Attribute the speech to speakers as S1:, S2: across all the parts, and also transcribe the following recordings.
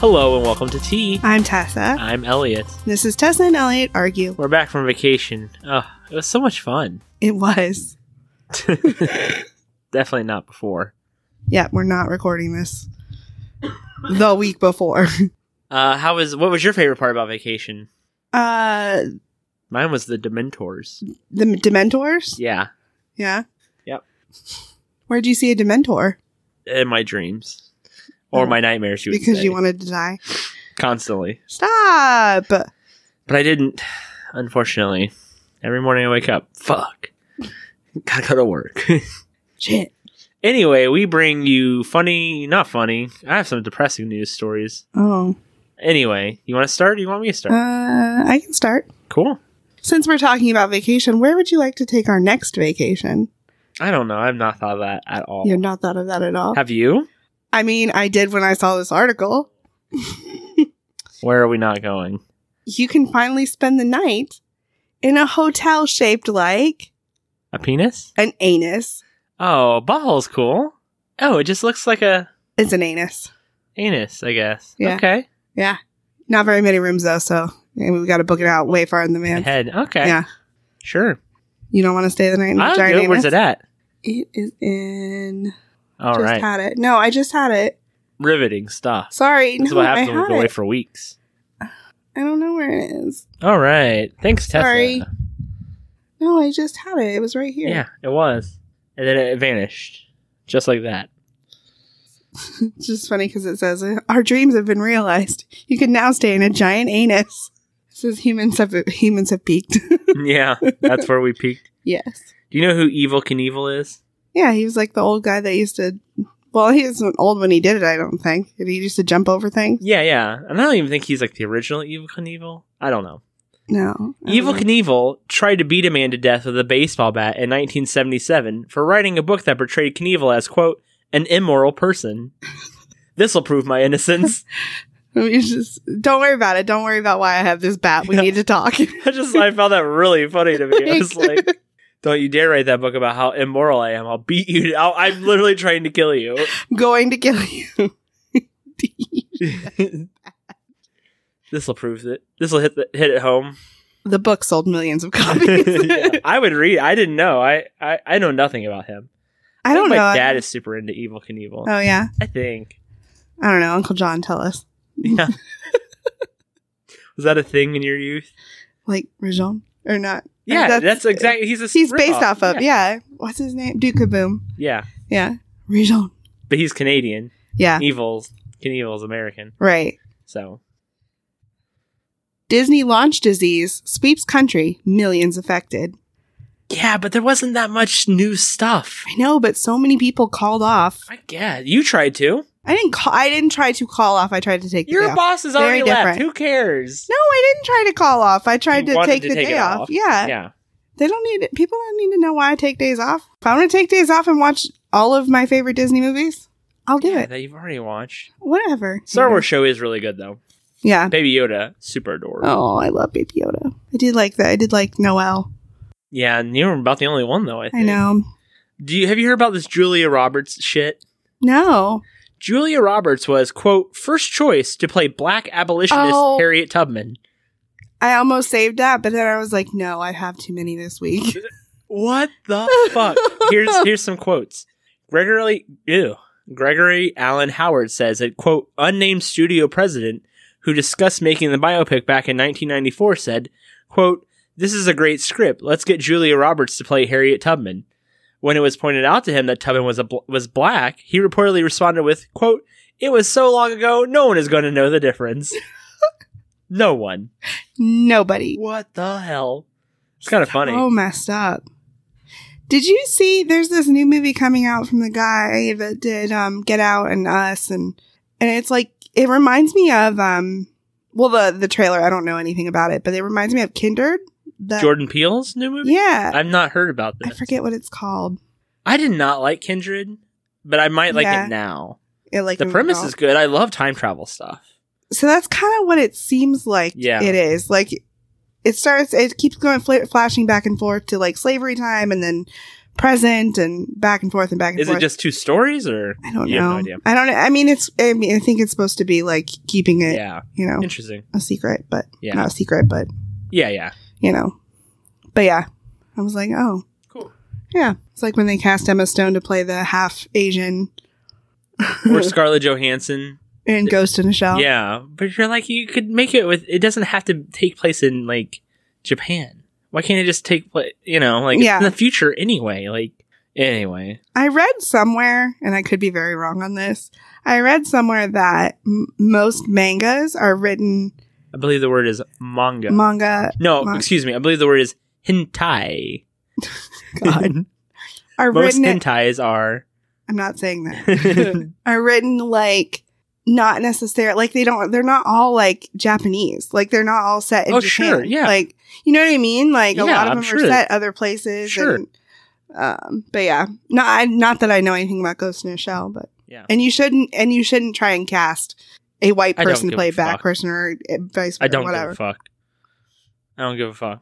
S1: Hello and welcome to Tea.
S2: I'm Tessa.
S1: I'm Elliot.
S2: This is Tessa and Elliot argue.
S1: We're back from vacation. Oh, it was so much fun.
S2: It was.
S1: Definitely not before.
S2: Yeah, we're not recording this the week before.
S1: Uh, how was? What was your favorite part about vacation?
S2: Uh,
S1: Mine was the Dementors.
S2: the Dementors.
S1: Yeah,
S2: Yeah.
S1: Yep.
S2: Where'd you see a Dementor?
S1: in my dreams or my nightmares. You would
S2: Because
S1: say.
S2: you wanted to die.
S1: constantly,
S2: Stop.
S1: but I didn't. Unfortunately, every morning I wake up. Fuck. Gotta go to work.
S2: Shit.
S1: anyway, we bring you funny, not funny. I have some depressing news stories.
S2: Oh.
S1: Anyway, you want to start? Or you want me to
S2: Uh,
S1: start?
S2: I can start.
S1: cool.
S2: Since we're talking about vacation, where would you like to take our next vacation?
S1: I don't know. I've not thought of that at all.
S2: You've not thought of that at all.
S1: Have you?
S2: I mean, I did when I saw this article.
S1: Where are we not going?
S2: You can finally spend the night in a hotel shaped like
S1: A penis?
S2: an anus.
S1: Oh, a butthole's cool. Oh, it just looks like a
S2: It's an anus.
S1: anus, I guess.
S2: Yeah.
S1: Okay.
S2: Not very many rooms though, so yeah, we've got to book it out way far in the
S1: A
S2: van.
S1: head. Okay.
S2: Yeah,
S1: Sure.
S2: you don't want to stay the night in a
S1: I'll
S2: giant
S1: do it.
S2: anus.
S1: Where's it at?
S2: It is in.
S1: All
S2: just
S1: right.
S2: had it. No, I just had it.
S1: Riveting stuff.
S2: Sorry,
S1: That's
S2: no,
S1: what
S2: I
S1: happens when we
S2: had
S1: go away
S2: it.
S1: for weeks.
S2: I don't know where it is.
S1: All right. Thanks, Tessa.
S2: Sorry. No, I just had it. It was right here.
S1: Yeah, it was. And then it vanished. Just like that.
S2: It's just funny because it says uh, our dreams have been realized. You can now stay in a giant anus. It says humans have humans have peaked.
S1: yeah. That's where we peaked.
S2: yes.
S1: Do you know who Evil Knievel is?
S2: Yeah, he was like the old guy that used to. Well, he wasn't old when he did it, I don't think. He used to jump over things.
S1: Yeah, yeah. And I don't even think he's like the original Evil Knievel. I don't know.
S2: No, I
S1: Evil
S2: don't know.
S1: Knievel tried to beat a man to death with a baseball bat in 1977 for writing a book that portrayed Knievel as, quote, an immoral person. This'll prove my innocence.
S2: You just don't worry about it. Don't worry about why I have this bat. We
S1: Yeah.
S2: need to talk.
S1: I just, I found that really funny to me. I was like, don't you dare write that book about how immoral I am. I'll beat you. to- I'll, I'm literally trying to kill you.
S2: Going to kill you.
S1: This'll prove it. This'll hit the, hit it home.
S2: the book sold millions of copies.
S1: Yeah. I would read. I didn't know. I, I, I know nothing about him.
S2: I don't
S1: my
S2: know.
S1: dad is super into Evil Knievel.
S2: oh yeah,
S1: I think.
S2: I don't know. Uncle John, tell us.
S1: Yeah. Was that a thing in your youth?
S2: Like Rajon or not?
S1: Yeah,
S2: that's-
S1: that's, exactly. He's a
S2: He's
S1: ripoff.
S2: based off of yeah. What's his name? Duke Kaboom.
S1: yeah,
S2: Yeah, Rajon.
S1: but he's Canadian.
S2: Yeah,
S1: Evil's Knievel's American.
S2: right.
S1: So
S2: Disney launch disease sweeps country, millions affected.
S1: yeah, but there wasn't that much new stuff.
S2: I know, but so many people called off.
S1: I guess you tried to.
S2: I didn't call. I didn't try to call off. I tried to take the
S1: Your
S2: day off.
S1: boss is
S2: Very
S1: already left.
S2: different.
S1: Who cares?
S2: No, I didn't try to call off. I tried
S1: You
S2: to
S1: wanted
S2: take
S1: to
S2: the
S1: take
S2: day
S1: it
S2: off.
S1: off.
S2: Yeah.
S1: Yeah,
S2: they don't need it. People don't need to know why I take days off. If I want to take days off and watch all of my favorite Disney movies, I'll do it.
S1: that you've already watched.
S2: Whatever.
S1: Star Wars show is really good though.
S2: Yeah.
S1: Baby Yoda, super adorable.
S2: Oh, I love Baby Yoda. I did like that. I did like Noel.
S1: Yeah, and you're about the only one though. I
S2: I
S1: think.
S2: know.
S1: Do you have you heard about this Julia Roberts shit?
S2: No.
S1: Julia Roberts was, quote, first choice to play black abolitionist
S2: Oh.
S1: Harriet Tubman.
S2: I almost saved that, but then I was like, no, I have too many this week.
S1: What the fuck? Here's here's some quotes. Gregory ew, Gregory Allen Howard says that quote unnamed studio president who discussed making the biopic back in 1994 said, quote, "This is a great script. Let's get Julia Roberts to play Harriet Tubman." When it was pointed out to him that Tubman was a bl- was black, he reportedly responded with, quote, "It was so long ago, no one is going to know the difference." no one.
S2: Nobody.
S1: What the hell? It's kind of funny.
S2: Oh, messed up. Did you see? There's this new movie coming out from the guy that did um, Get Out and Us, and and it's like it reminds me of um, well the the trailer. I don't know anything about it, but it reminds me of Kindred. The,
S1: Jordan Peele's new movie?
S2: Yeah,
S1: I've not heard about
S2: I
S1: this.
S2: forget what it's called.
S1: I did not like Kindred, but I might like
S2: Yeah.
S1: it now.
S2: It, like
S1: the
S2: moved
S1: premise
S2: off.
S1: is good. I love time travel stuff.
S2: so that's kind of what it seems like.
S1: Yeah.
S2: it is like it starts. It keeps going fl- flashing back and forth to like slavery time, and then present and back and forth and back and
S1: Is
S2: forth.
S1: it just two stories or?
S2: I don't
S1: you have no
S2: know.
S1: idea.
S2: I don't. I mean, it's. I mean, I think it's supposed to be like keeping it,
S1: Yeah.
S2: you know,
S1: Interesting.
S2: a secret, but
S1: Yeah.
S2: not a secret, but
S1: Yeah, yeah.
S2: you know. But yeah, I was like, oh,
S1: Cool.
S2: yeah. It's like when they cast Emma Stone to play the half Asian
S1: Or Scarlett Johansson.
S2: in Ghost in a Shell.
S1: Yeah, but you're like you could make it with. It doesn't have to take place in like Japan. Why can't it just take place? You know, like it's
S2: Yeah.
S1: in the future anyway. Like anyway,
S2: I read somewhere, and I could be very wrong on this. I read somewhere that m- most mangas are written
S1: I believe the word is manga.
S2: manga
S1: no,
S2: mon-
S1: excuse me. I believe the word is hentai.
S2: God. are
S1: Most
S2: written.
S1: hentais are.
S2: I'm not saying that. are written like not necessarily like they don't they're not all like Japanese. Like they're not all set in
S1: Oh,
S2: Japan.
S1: sure, yeah.
S2: Like you know what I mean? Like a
S1: Yeah,
S2: lot of
S1: I'm
S2: them
S1: sure
S2: are
S1: that-
S2: set other places.
S1: Sure.
S2: And, um but yeah. Not I, not that I know anything about Ghost in a Shell, but
S1: Yeah.
S2: And you shouldn't and you shouldn't try and cast a white
S1: I don't
S2: person to
S1: give
S2: play
S1: a
S2: a black
S1: fuck.
S2: person or uh, vice versa.
S1: I don't
S2: whatever.
S1: give a fuck. I don't give a fuck.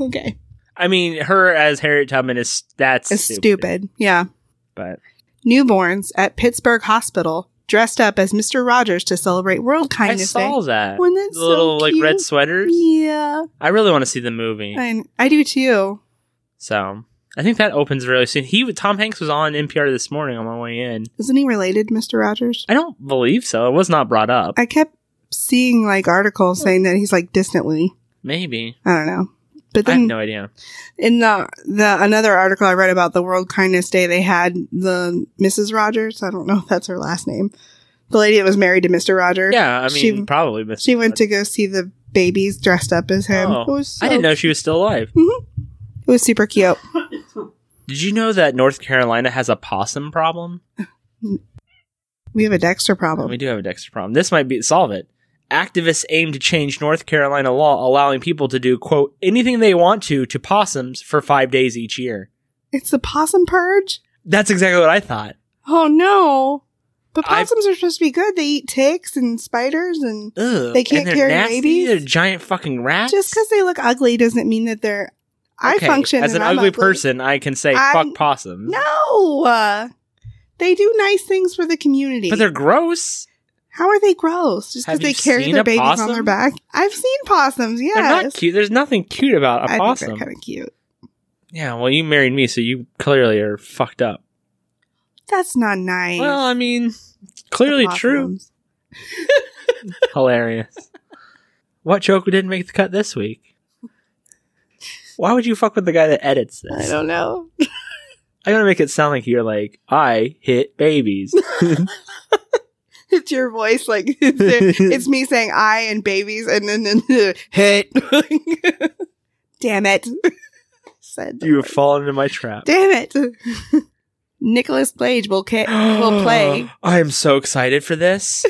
S2: Okay.
S1: I mean, her as Harriet Tubman is that's
S2: It's stupid. Yeah.
S1: But
S2: Newborns at Pittsburgh Hospital dressed up as Mr. Rogers to celebrate World
S1: I
S2: Kindness
S1: saw
S2: Day.
S1: that
S2: Wasn't that
S1: the little
S2: so
S1: like red
S2: cute?
S1: sweaters.
S2: Yeah.
S1: I really want to see the movie.
S2: I, I do too.
S1: So I think that opens really soon. He Tom Hanks was on NPR this morning on my way in.
S2: Isn't he related, Mr. Rogers?
S1: I don't believe so. It was not brought up.
S2: I kept seeing like articles saying that he's like distantly.
S1: Maybe.
S2: I don't know. But
S1: I have
S2: then
S1: no idea.
S2: in the the another article I read about the World Kindness Day, they had the Mrs. Rogers. I don't know if that's her last name. The lady that was married to Mr. Rogers.
S1: Yeah, I mean
S2: she-
S1: probably but
S2: She went to go see the babies dressed up as him.
S1: Oh,
S2: it was so,
S1: I didn't know she was still alive.
S2: It was super cute.
S1: Did you know that North Carolina has a possum problem?
S2: We have a Dexter problem.
S1: We do have a Dexter problem. This might be solve it. Activists aim to change North Carolina law allowing people to do quote anything they want to to possums for five days each year.
S2: It's the possum purge.
S1: That's exactly what I thought.
S2: Oh no! But
S1: I've-
S2: possums are supposed to be good. They eat ticks and spiders and
S1: Ugh.
S2: They
S1: and
S2: can't
S1: they're
S2: carry
S1: nasty.
S2: rabies?
S1: They're giant fucking rats.
S2: just because they look ugly doesn't mean that they're. I
S1: Okay,
S2: function
S1: as an
S2: and I'm
S1: ugly, person. I can say
S2: I'm-
S1: fuck possums.
S2: No, uh, they do nice things for the community.
S1: but they're gross.
S2: How are they gross? Just because
S1: Have
S2: they
S1: you
S2: carry
S1: seen
S2: their
S1: a
S2: babies on
S1: possum?
S2: their back? I've seen possums. Yes,
S1: They're not cute. There's nothing cute about a
S2: I
S1: possum.
S2: think they're kind of cute.
S1: Yeah, well, you married me, so you clearly are fucked up.
S2: That's not nice.
S1: Well, I mean,
S2: The
S1: clearly true.
S2: possums.
S1: Hilarious. what joke didn't make the cut this week? Why would you fuck with the guy that edits
S2: I
S1: this?
S2: don't know.
S1: I gotta make it sound like you're like I hit babies.
S2: It's your voice, like it's, it's me saying "I" and babies, and then, then hit. Damn it! Said the
S1: you
S2: word.
S1: have fallen into my trap.
S2: Damn it! Nicholas Blage will ca- will play.
S1: I am so excited for this.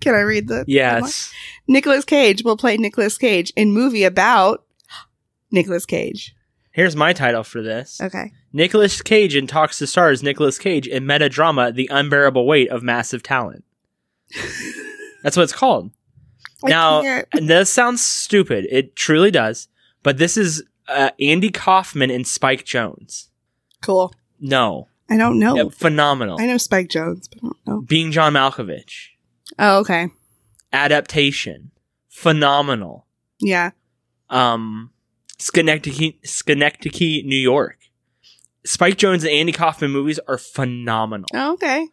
S2: Can I read the?
S1: Yes.
S2: Nicholas Cage will play Nicholas Cage in movie about Nicholas Cage.
S1: Here's my title for this.
S2: Okay.
S1: Nicholas Cage in Talks to Stars Nicholas Cage in meta drama The Unbearable Weight of Massive Talent. That's what it's called.
S2: I
S1: Now-
S2: can't-
S1: And this sounds stupid. It truly does. But this is uh, Andy Kaufman and Spike Jones.
S2: cool.
S1: No.
S2: I don't know.
S1: Uh, Phenomenal.
S2: Oh. I know Spike Jones, but I don't know.
S1: Being John Malkovich.
S2: Oh, okay.
S1: Adaptation. Phenomenal.
S2: Yeah.
S1: um, Schenectady, Schenectady, New York. Spike Jones and Andy Kaufman movies are phenomenal.
S2: Oh, okay.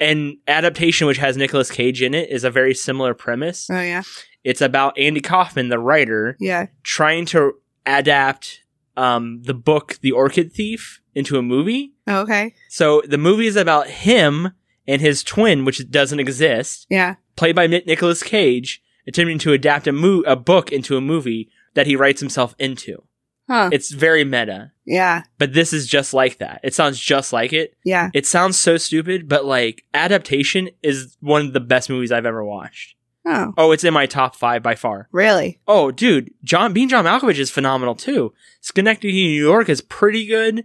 S1: And adaptation, which has Nicolas Cage in it, is a very similar premise.
S2: Oh, yeah.
S1: It's about Andy Kaufman, the writer,
S2: Yeah.
S1: trying to adapt um, the book The Orchid Thief into a movie.
S2: Oh, okay.
S1: So the movie is about him and his twin, which doesn't exist,
S2: Yeah.
S1: played by Nicolas Cage, attempting to adapt a, mo- a book into a movie that he writes himself into.
S2: Huh.
S1: It's very meta,
S2: Yeah.
S1: but this is just like that. It sounds just like it.
S2: Yeah.
S1: It sounds so stupid, but like adaptation is one of the best movies I've ever watched.
S2: Oh,
S1: Oh, it's in my top five by far.
S2: really?
S1: Oh, dude, John Bean John Malkovich is phenomenal too. Schenectady, New York is pretty good.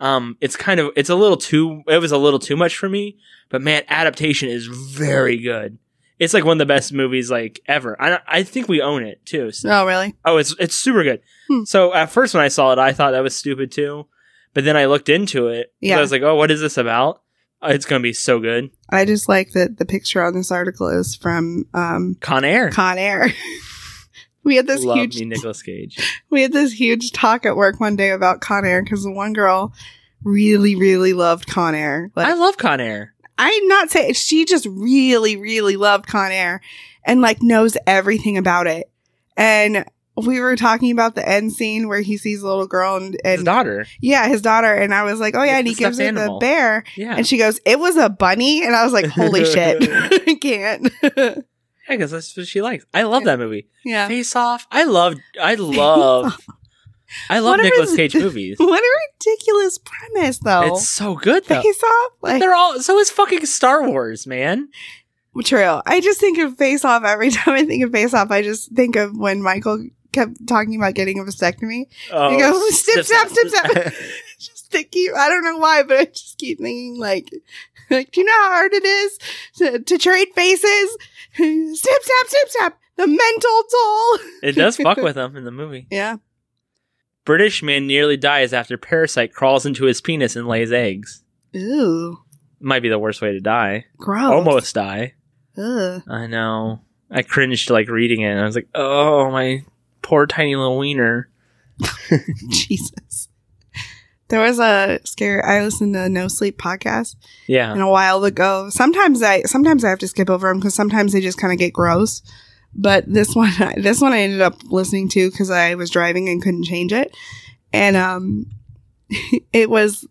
S1: Um, it's kind of it's a little too it was a little too much for me, but man, adaptation is very good. It's like one of the best movies like ever. I I think we own it too. So
S2: Oh, really?
S1: Oh, it's it's super good.
S2: Hmm.
S1: So at first when I saw it, I thought that was stupid too. But then I looked into it. 'cause
S2: Yeah.
S1: I was like, oh, what is this about? Uh, It's going to be so good.
S2: I just like that the picture on this article is from um,
S1: Con Air.
S2: Con Air. we had this
S1: Love
S2: huge
S1: me, Nicolas Cage.
S2: we had this huge talk at work one day about Con Air because the one girl really really loved Con Air. Like,
S1: I love Con Air.
S2: I'm not saying she just really, really loved Con Air and like knows everything about it. And we were talking about the end scene where he sees a little girl and,
S1: His
S2: and
S1: daughter.
S2: yeah, his daughter. And I was like, oh
S1: It's
S2: yeah, and
S1: the
S2: he gives her
S1: stuffed
S2: the
S1: animal.
S2: bear.
S1: Yeah.
S2: And she goes, it was a bunny. And I was like, holy shit, I can't.
S1: Yeah, because that's what she likes. I love that movie.
S2: yeah.
S1: Face Off. I love. I love. I love
S2: What are
S1: Nicolas
S2: his-
S1: Cage movies.
S2: What a ridiculous premise though.
S1: It's so good though.
S2: Face off, like
S1: They're all so is fucking Star Wars, man.
S2: True. I just think of Face Off every time I think of Face Off. I just think of when Michael kept talking about getting a vasectomy.
S1: Oh,
S2: You go, snip, snap, snip,
S1: snap.
S2: snap. just to keep, I don't know why, but I just keep thinking, like, like, do you know how hard it is to, to trade faces? snip, snap, snip, snap. The mental toll.
S1: it does fuck with him in the movie.
S2: Yeah.
S1: British man nearly dies after parasite crawls into his penis and lays eggs.
S2: Ooh.
S1: Might be the worst way to die.
S2: Gross.
S1: Almost die.
S2: Ugh.
S1: I know. I cringed like reading it. And I was like, oh my poor tiny little wiener.
S2: Jesus. There was a scary. I listened to No Sleep podcast
S1: Yeah.
S2: and a while ago. Sometimes I sometimes I have to skip over them because sometimes they just kind of get gross. But this one, this one I ended up listening to because I was driving and couldn't change it, and um, it was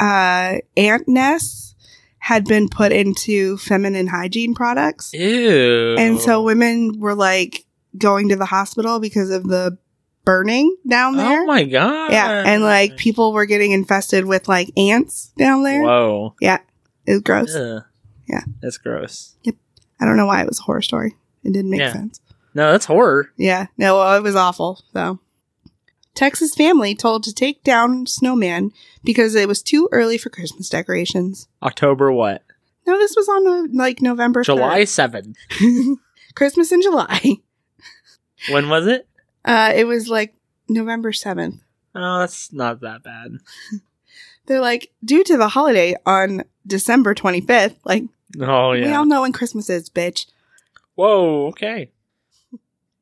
S2: uh, ant nests had been put into feminine hygiene products,
S1: Ew.
S2: and so women were like going to the hospital because of the burning down there.
S1: Oh my god.
S2: yeah, and like people were getting infested with like ants down there.
S1: Whoa.
S2: It was gross.
S1: Ugh.
S2: Yeah.
S1: That's gross.
S2: I don't know why it was a horror story. It didn't make
S1: Yeah.
S2: sense.
S1: No, that's horror.
S2: Yeah. No, well, it was awful. So, Texas family told to take down snowman because it was too early for Christmas decorations.
S1: October what?
S2: No, this was on uh, like November.
S1: July 7th.
S2: 3rd. Christmas in July.
S1: When was it?
S2: Uh, it was like November 7th.
S1: Oh, that's not that bad.
S2: They're like, due to the holiday on December 25th, like,
S1: Oh yeah.
S2: we all know when Christmas is, bitch.
S1: Whoa, okay.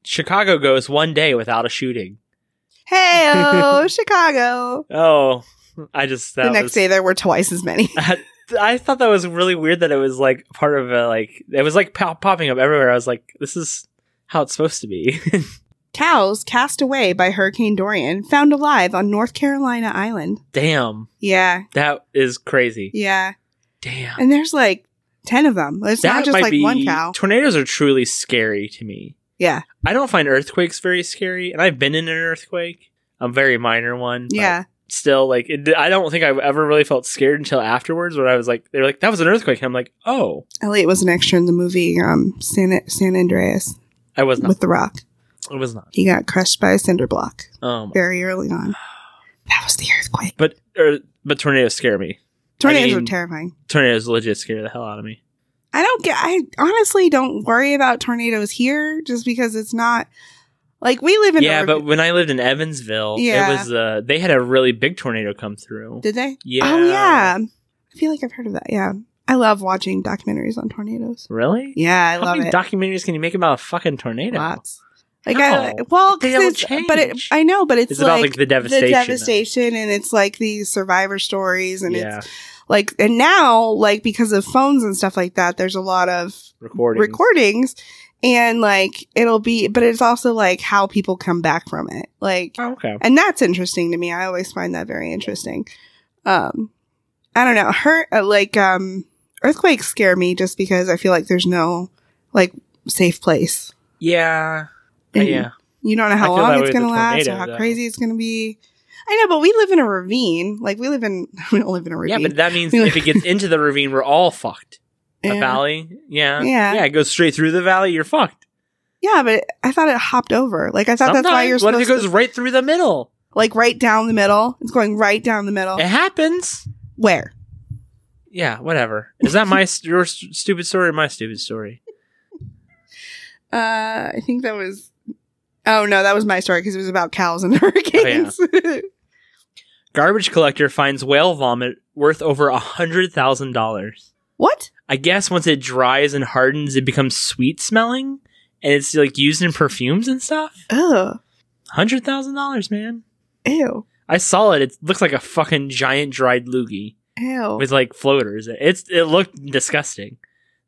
S1: Chicago goes one day without a shooting.
S2: Hey, Chicago.
S1: Oh, I just that
S2: the next
S1: was,
S2: day, there were twice as many.
S1: I, I thought that was really weird that it was like part of a like it was like pop- popping up everywhere. I was like, this is how it's supposed to be.
S2: Cows cast away by Hurricane Dorian found alive on North Carolina Island.
S1: Damn,
S2: Yeah,
S1: that is crazy.
S2: yeah.
S1: Damn,
S2: And there's like 10 of them. It's
S1: that
S2: not just
S1: might
S2: like
S1: be
S2: one cow.
S1: tornadoes are truly scary to me.
S2: Yeah,
S1: I don't find earthquakes very scary, and I've been in an earthquake. A very minor one. but-
S2: yeah.
S1: still like it, I don't think I've ever really felt scared until afterwards when I was like they were like that was an earthquake and I'm like oh
S2: Elliot was an extra in the movie um, San, San Andreas
S1: I was not
S2: with The Rock.
S1: it was not
S2: He got crushed by a cinder block
S1: um
S2: very early on. That was the earthquake.
S1: but er, but tornadoes scare me
S2: Tornadoes
S1: mean-
S2: are terrifying.
S1: tornadoes legit scare the hell out of me
S2: I don't get, I honestly don't worry about tornadoes here just because it's not like we live in.
S1: yeah
S2: Oregon-
S1: but when I lived in Evansville
S2: Yeah.
S1: it was uh they had a really big tornado come through
S2: did they?
S1: yeah
S2: Oh yeah. I feel like I've heard of that. Yeah. I love watching documentaries on tornadoes.
S1: really
S2: Yeah, I
S1: how
S2: love
S1: many
S2: it.
S1: documentaries can you make about a fucking tornado
S2: Lots. Like I
S1: No.
S2: well,
S1: They
S2: 'cause
S1: don't
S2: it's, but it,
S1: change.
S2: I know, but it's,
S1: it's, about
S2: like,
S1: like the
S2: the
S1: devastation
S2: devastation,
S1: of-
S2: and it's like the survivor stories and
S1: yeah
S2: it's like and now like because of phones and stuff like that, there's a lot of
S1: recording
S2: recordings and like it'll be but it's also like how people come back from it. Like
S1: oh, okay
S2: and that's interesting to me i always find that very interesting um i don't know her uh, like um earthquakes scare me just because i feel like there's no like safe place
S1: yeah
S2: And
S1: Oh, yeah
S2: you don't know
S1: I
S2: how
S1: feel that
S2: long
S1: way
S2: it's
S1: with
S2: gonna
S1: the
S2: last or
S1: tornado,
S2: how
S1: though.
S2: crazy it's gonna be i know but we live in a ravine like we live in we don't live in a
S1: yeah
S2: ravine
S1: but that means
S2: We-
S1: if it gets into the ravine we're all fucked a
S2: And-
S1: valley. Yeah.
S2: Yeah.
S1: Yeah. It goes straight through the valley. You're fucked.
S2: yeah but i thought it hopped over like i thought
S1: Sometimes,
S2: that's why you're
S1: what if
S2: supposed
S1: it goes
S2: to
S1: right through the middle?
S2: like right down the middle it's going right down the middle
S1: It happens.
S2: where
S1: Yeah. Whatever. Is that my st- your st- stupid story or my stupid story?
S2: Uh, I think that
S1: Oh,
S2: was. Oh no, that was my story because it was about cows and hurricanes.
S1: Garbage collector finds whale vomit worth over a hundred thousand dollars.
S2: What?
S1: I guess once it dries and hardens, it becomes sweet smelling, and it's like used in perfumes and stuff.
S2: Ugh.
S1: Hundred thousand dollars, man.
S2: Ew.
S1: I saw it. It looks like a fucking giant dried loogie
S2: Ew.
S1: with like floaters. It's it looked disgusting.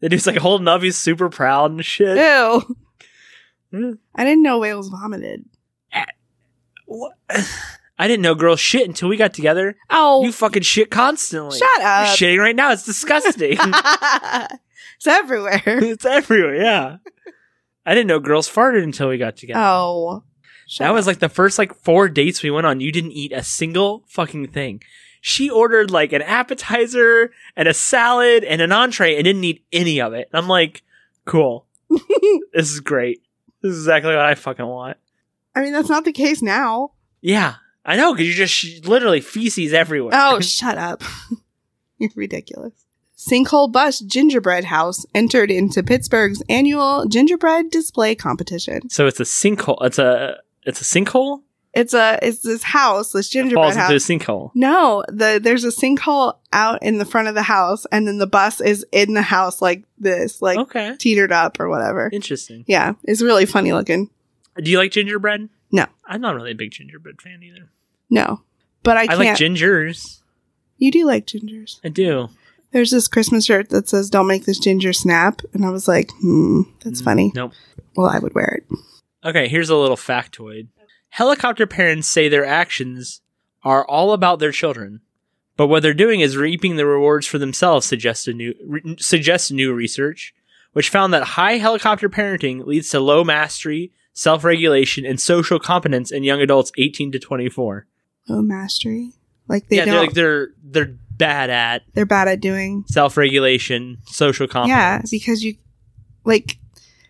S1: The dude's like holding up. He's super proud and shit.
S2: Ew.
S1: Mm.
S2: I didn't know whales vomited.
S1: What? I didn't know girls shit until we got together.
S2: Oh,
S1: You fucking shit constantly.
S2: shut
S1: You're
S2: up.
S1: shitting right now. It's disgusting.
S2: it's everywhere.
S1: it's everywhere. Yeah. I didn't know girls farted until we got together.
S2: Oh. Shut
S1: that
S2: up.
S1: was like the first like four dates we went on. You didn't eat a single fucking thing. She ordered like an appetizer and a salad and an entree and didn't eat any of it. I'm like, cool. this is great. This is exactly what I fucking want.
S2: I mean, that's not the case now.
S1: Yeah, I know because you just sh- literally feces everywhere.
S2: Oh, shut up. You're ridiculous. Sinkhole Bus Gingerbread House entered into Pittsburgh's annual gingerbread display competition.
S1: so it's a sinkhole. It's a it's a sinkhole.
S2: It's a it's this house, this
S1: It
S2: gingerbread
S1: falls
S2: house.
S1: into a sinkhole.
S2: no, the there's a sinkhole out in the front of the house, and then the bus is in the house like this, like
S1: okay,
S2: teetered up or whatever.
S1: interesting.
S2: Yeah, it's really funny looking.
S1: Do you like gingerbread?
S2: No.
S1: I'm not really a big gingerbread fan either.
S2: No, but I
S1: I,
S2: can't.
S1: like gingers.
S2: you do like gingers.
S1: I do.
S2: There's this Christmas shirt that says "Don't make this ginger snap," and I was like, "Hmm, that's
S1: Mm,
S2: funny."
S1: Nope.
S2: Well, I would wear it.
S1: Okay, here's a little factoid. Helicopter parents say their actions are all about their children, but what they're doing is reaping the rewards for themselves. Suggests a new re- suggests new research, which found that high helicopter parenting leads to low mastery, self regulation, and social competence in young adults 18 to 24.
S2: Oh, mastery! Like they
S1: yeah, they're
S2: don't. They're,
S1: like they're they're bad at
S2: bad at doing.
S1: self regulation, social
S2: Yeah,
S1: competence.
S2: because you, like,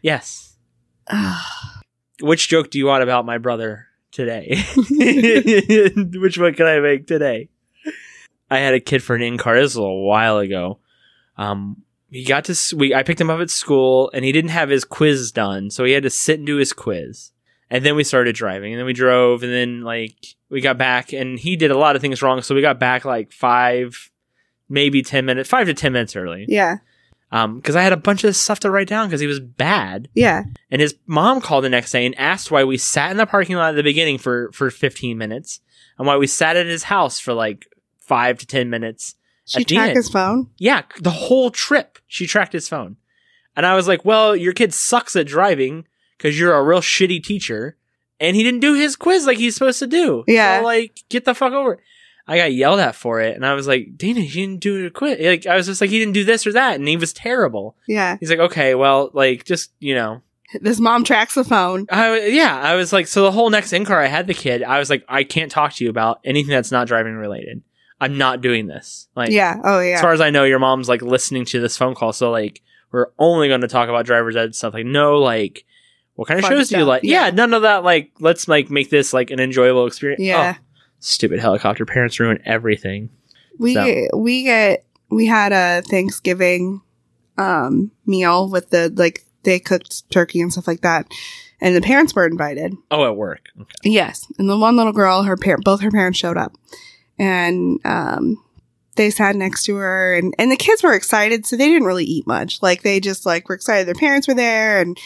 S1: yes.
S2: uh,
S1: Which joke do you want about my brother today? Which one can I make today? I had a kid for an in car. This was a while ago. Um, he got to s- we. I picked him up at school, and he didn't have his quiz done, so he had to sit and do his quiz. And then we started driving, and then we drove, and then like we got back, and he did a lot of things wrong, so we got back like five, maybe ten minutes, five to ten minutes early.
S2: yeah,
S1: Um, because I had a bunch of stuff to write down because he was bad.
S2: yeah.
S1: And his mom called the next day and asked why we sat in the parking lot at the beginning for, for 15 minutes and why we sat at his house for like five to 10 minutes.
S2: She
S1: At the
S2: track
S1: end.
S2: his phone.
S1: Yeah, the whole trip, she tracked his phone. And I was like, well, your kid sucks at driving because you're a real shitty teacher. And he didn't do his quiz like he's supposed to do.
S2: Yeah.
S1: So, like, get the fuck over it. I got yelled at for it. And I was like, Dana, you didn't do a quiz. Like, I was just like, he didn't do this or that. And he was terrible.
S2: Yeah,
S1: He's like, okay, well, like, just, you know,
S2: this mom tracks the phone.
S1: I w- yeah, I was like, so the whole next in car I had the kid, I was like, I can't talk to you about anything that's not driving related. I'm not doing this. Like,
S2: yeah. Oh,
S1: as
S2: yeah.
S1: far as I know, your mom's like listening to this phone call, so like, we're only going to talk about driver's ed stuff. Like, no, like, what kind of
S2: Fun
S1: shows do you
S2: stuff,
S1: like? Yeah.
S2: yeah.
S1: none of that. Like, let's like make this like an enjoyable experience.
S2: Yeah.
S1: Oh, stupid helicopter parents ruin everything.
S2: We
S1: So-
S2: get- we get we had a Thanksgiving um meal with the like they cooked turkey and stuff like that, and the parents were invited.
S1: Oh, at work. Okay.
S2: Yes, and the one little girl, her par- both her parents showed up, and um they sat next to her, and and the kids were excited, so they didn't really eat much. Like they just like were excited their parents were there, and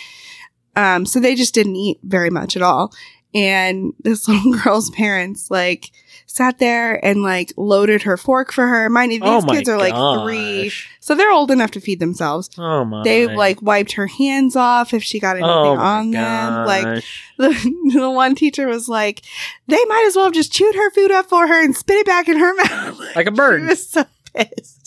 S2: um so they just didn't eat very much at all. And this little girl's parents like sat there and like loaded her fork for her. Mind you, these
S1: oh my
S2: kids are like three,
S1: gosh.
S2: so they're old enough to feed themselves.
S1: Oh my.
S2: They like wiped her hands off if she got anything
S1: oh my
S2: on them. Like
S1: gosh.
S2: the, the one teacher was like, they might as well have just chewed her food up for her and spit it back in her mouth.
S1: Like a bird.
S2: She was so pissed.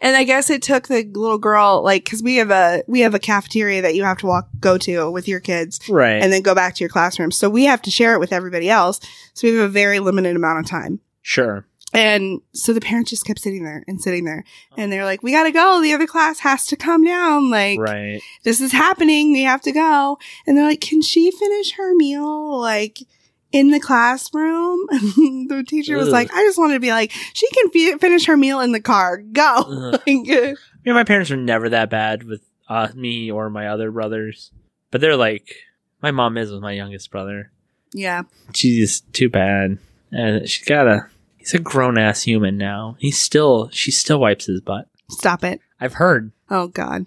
S2: And I guess it took the little girl, like, cause we have a, we have a cafeteria that you have to walk, go to with your kids
S1: right.
S2: and then go back to your classroom. So we have to share it with everybody else. So we have a very limited amount of time.
S1: sure.
S2: And so the parents just kept sitting there and sitting there and they're like, we gotta go. The other class has to come down. Like,
S1: right.
S2: this is happening. We have to go. And they're like, can she finish her meal like in the classroom? the teacher was
S1: Ugh.
S2: like, I just wanted to be like, she can fi- finish her meal in the car. Go.
S1: Ugh.
S2: Like,
S1: Yeah, my parents are never that bad with uh, me or my other brothers, but they're like my mom is with my youngest brother.
S2: yeah.
S1: She's too bad, and she's gotta He's a grown ass human now. He still, she still wipes his butt.
S2: Stop it.
S1: I've heard.
S2: Oh, God.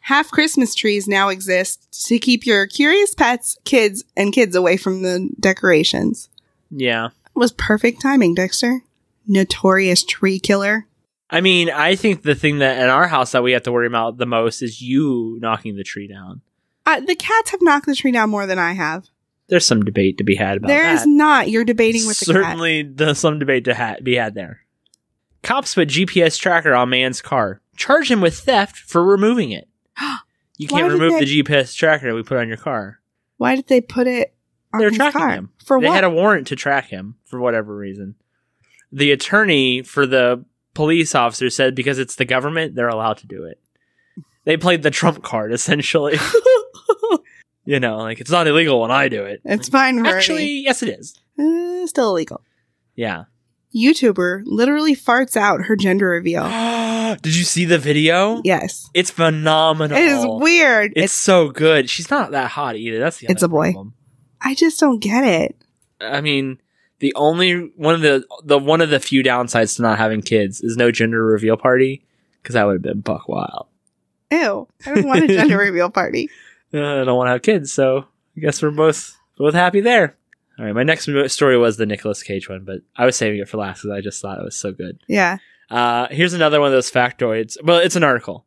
S2: Half Christmas trees now exist to keep your curious pets, kids, and kids away from the decorations.
S1: Yeah.
S2: was perfect timing, Dexter. Notorious tree killer.
S1: I mean, I think the thing that in our house that we have to worry about the most is you knocking the tree down.
S2: Uh, the cats have knocked the tree down more than I have.
S1: There's some debate to be had about
S2: There
S1: that.
S2: is not. You're debating with the cat.
S1: Certainly, there's some debate to ha- be had there. Cops put GPS tracker on man's car. Charge him with theft for removing it. You
S2: Why
S1: can't
S2: did
S1: remove
S2: they-
S1: the GPS tracker we put on your car.
S2: Why did they put it on
S1: They're
S2: his
S1: tracking
S2: car?
S1: him.
S2: For
S1: they
S2: what?
S1: had a warrant to track him for whatever reason. The attorney for the police officer said because it's the government, they're allowed to do it. They played the trump card essentially. you know, like it's not illegal when I do it.
S2: it's fine, Verdi.
S1: Actually, yes, it is.
S2: Uh, still illegal.
S1: Yeah.
S2: YouTuber literally farts out her gender reveal.
S1: Did you see the video?
S2: Yes.
S1: It's phenomenal.
S2: It is weird.
S1: It's, so good. She's not that hot either. That's the.
S2: It's
S1: other
S2: a boy.
S1: problem.
S2: I just don't get it.
S1: I mean, the only one of the the one of the few downsides to not having kids is no gender reveal party because that would have been buck wild.
S2: Ew. I don't want a gender reveal party.
S1: Uh, I don't want to have kids, so I guess we're both both happy there. All right, my next mo- story was the Nicolas Cage one, but I was saving it for last because I just thought it was so good.
S2: Yeah.
S1: Uh, here's another one of those factoids. Well, it's an article.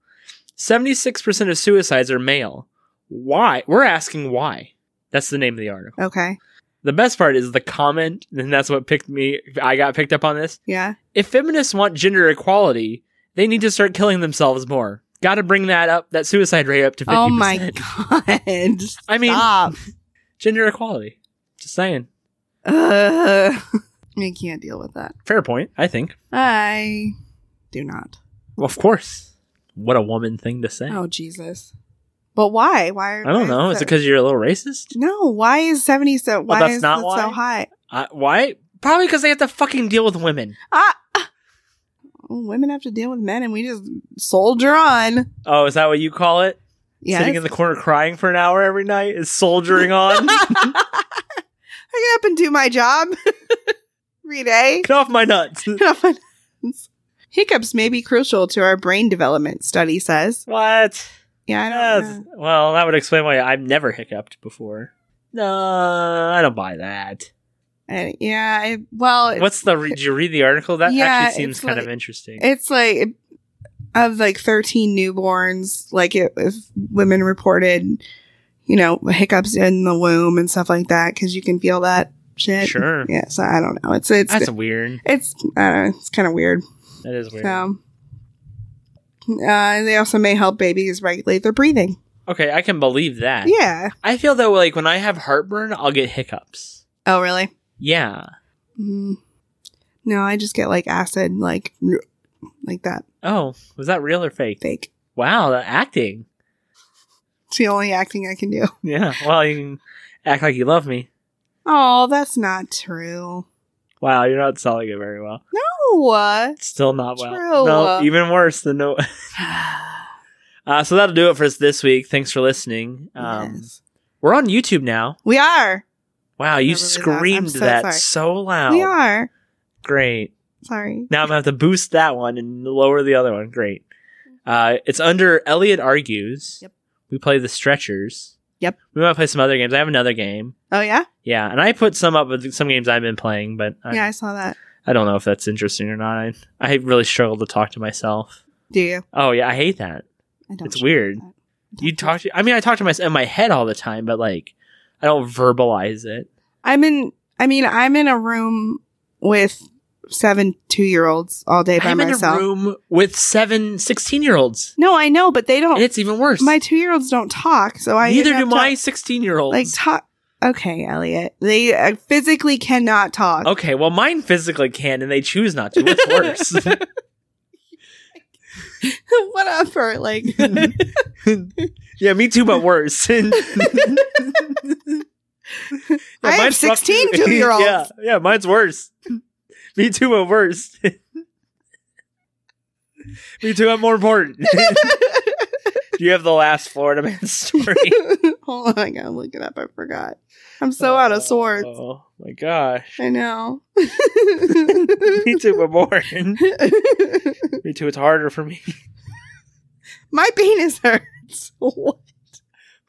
S1: Seventy-six percent of suicides are male. Why? We're asking why. That's the name of the article.
S2: Okay.
S1: The best part is the comment, and that's what picked me. I got picked up on this.
S2: Yeah.
S1: If feminists want gender equality, they need to start killing themselves more. Got to bring that up, that suicide rate up to 50%.
S2: Oh my god.
S1: I mean,
S2: Stop.
S1: gender equality. Just saying.
S2: Ugh. I can't deal with that.
S1: Fair point, I think.
S2: I do not.
S1: Well, of course. What a woman thing to say.
S2: Oh Jesus. But why? Why?
S1: I don't know. Is it because you're a little racist?
S2: No. Why is seventy so? Why
S1: that's
S2: is
S1: not
S2: that
S1: why?
S2: so high?
S1: Uh, why? Probably because they have to fucking deal with women.
S2: Ah. ah. Well, women have to deal with men, and we just soldier on.
S1: Oh, is that what you call it?
S2: Yeah.
S1: Sitting in the corner crying for an hour every night is soldiering on.
S2: I get up and do my job every day.
S1: Get off my nuts.
S2: Hiccups may be crucial to our brain development, study says.
S1: what?
S2: Yeah, I
S1: Yeah,
S2: don't
S1: it's-
S2: know.
S1: Well, that would explain why I've never hiccuped before. No, I don't buy that.
S2: I- yeah, I, well, it's,
S1: What's the? Re- did you read the article? That
S2: Yeah,
S1: actually seems
S2: it's
S1: kind of
S2: like-
S1: interesting.
S2: it's like of like 13 newborns, like it, if women reported, you know, hiccups in the womb and stuff like that, because you can feel that shit.
S1: sure,
S2: Yeah, so I don't know. It's, it's,
S1: that's weird.
S2: it's, I don't know, it's kind of weird.
S1: That is weird.
S2: So, uh, they also may help babies regulate their breathing.
S1: Okay, I can believe that.
S2: Yeah.
S1: I feel though, like when I have heartburn, I'll get hiccups.
S2: Oh, really?
S1: Yeah.
S2: Mm. No, I just get like acid, like like that
S1: Oh, was that real or fake?
S2: fake.
S1: Wow, the acting.
S2: It's the only acting I can do.
S1: Yeah. Well, you can act like you love me.
S2: Oh, that's not true.
S1: Wow, you're not selling it very well.
S2: No. uh,
S1: Still not well.
S2: True.
S1: No, even worse than no. Uh, so that'll do it for us this week. Thanks for listening. Um,
S2: Yes.
S1: We're on YouTube now.
S2: We are.
S1: Wow, you
S2: Never really thought- I'm
S1: screamed
S2: so
S1: that
S2: sorry.
S1: so loud.
S2: We are.
S1: Great.
S2: Sorry.
S1: Now I'm gonna have to boost that one and lower the other one. Great. Uh, it's under Elliot argues.
S2: Yep.
S1: We play the stretchers.
S2: Yep.
S1: We might play some other games. I have another game.
S2: Oh yeah.
S1: Yeah, and I put some up with some games I've been playing, but I,
S2: yeah, I saw that.
S1: I don't know if that's interesting or not. I, I really struggle to talk to myself.
S2: Do you?
S1: Oh yeah, I hate that.
S2: I don't.
S1: It's weird.
S2: that.
S1: You talk to I mean I talk to myself in my head all the time, but like I don't verbalize it.
S2: I'm in. I mean, I'm in a room with seven two-year-olds all day by
S1: I'm
S2: myself.
S1: in a room with seven 16 year olds.
S2: No, I know, but they
S1: And
S2: don't.
S1: it's even worse.
S2: My two-year-olds don't talk, so I
S1: Neither
S2: have
S1: do
S2: to-
S1: my 16 year olds.
S2: Like talk. Okay, Elliot. They uh, physically cannot talk.
S1: okay, well, mine physically can and they choose not to. What's worse?
S2: Whatever. Like,
S1: yeah, me too, but worse. Yeah,
S2: I have
S1: mine's rough too.
S2: 16 two-year-olds.
S1: yeah, yeah, mine's worse. me too, but worse. me too, I'm more important. Do you have the last Florida Man story?
S2: Hold on, I gotta look it up. I forgot. I'm so out of sorts.
S1: Oh my gosh.
S2: I know.
S1: Me too, but more. Me too, it's harder for me.
S2: My penis hurts. What?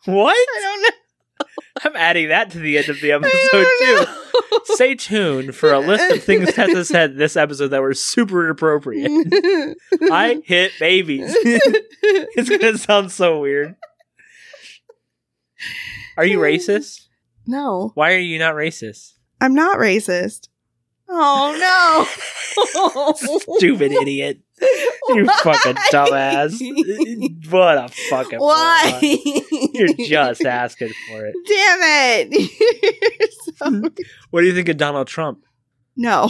S1: What?
S2: I don't know.
S1: I'm adding that to the end of the
S2: I
S1: episode too.
S2: don't know.
S1: Stay tuned for a list of things Tessa said this episode that were super appropriate. I hit babies. it's gonna sound so weird. Are you racist?
S2: no,
S1: Why are you not racist?
S2: I'm not racist. Oh no!
S1: Stupid idiot. You fucking dumbass. What a fucking moron.
S2: Why?
S1: You're just asking for it.
S2: Damn it!
S1: Hmm.
S2: You're so-
S1: What do you think of Donald Trump?
S2: no,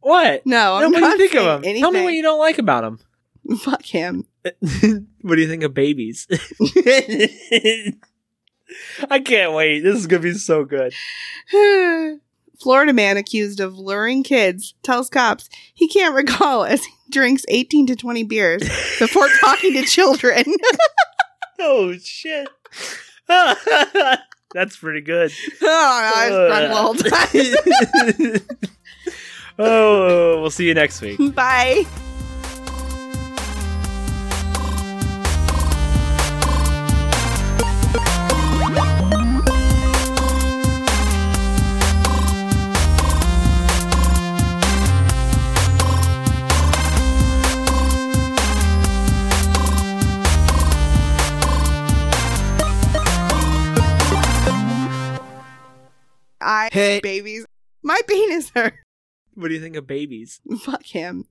S1: What?
S2: no.
S1: no,
S2: I'm
S1: what do
S2: not
S1: you think of him?
S2: saying Anything.
S1: Tell me what you don't like about him.
S2: Fuck him.
S1: what do you think of babies? I can't wait. This is gonna be so good.
S2: Florida man accused of luring kids tells cops he can't recall as he drinks 18 to 20 beers before talking to children.
S1: Oh shit. That's pretty good.
S2: oh, I was drunk the whole time.
S1: oh, we'll see you next week.
S2: Bye. I
S1: Hey,
S2: babies. My penis hurt.
S1: what do you think of babies?
S2: Fuck him.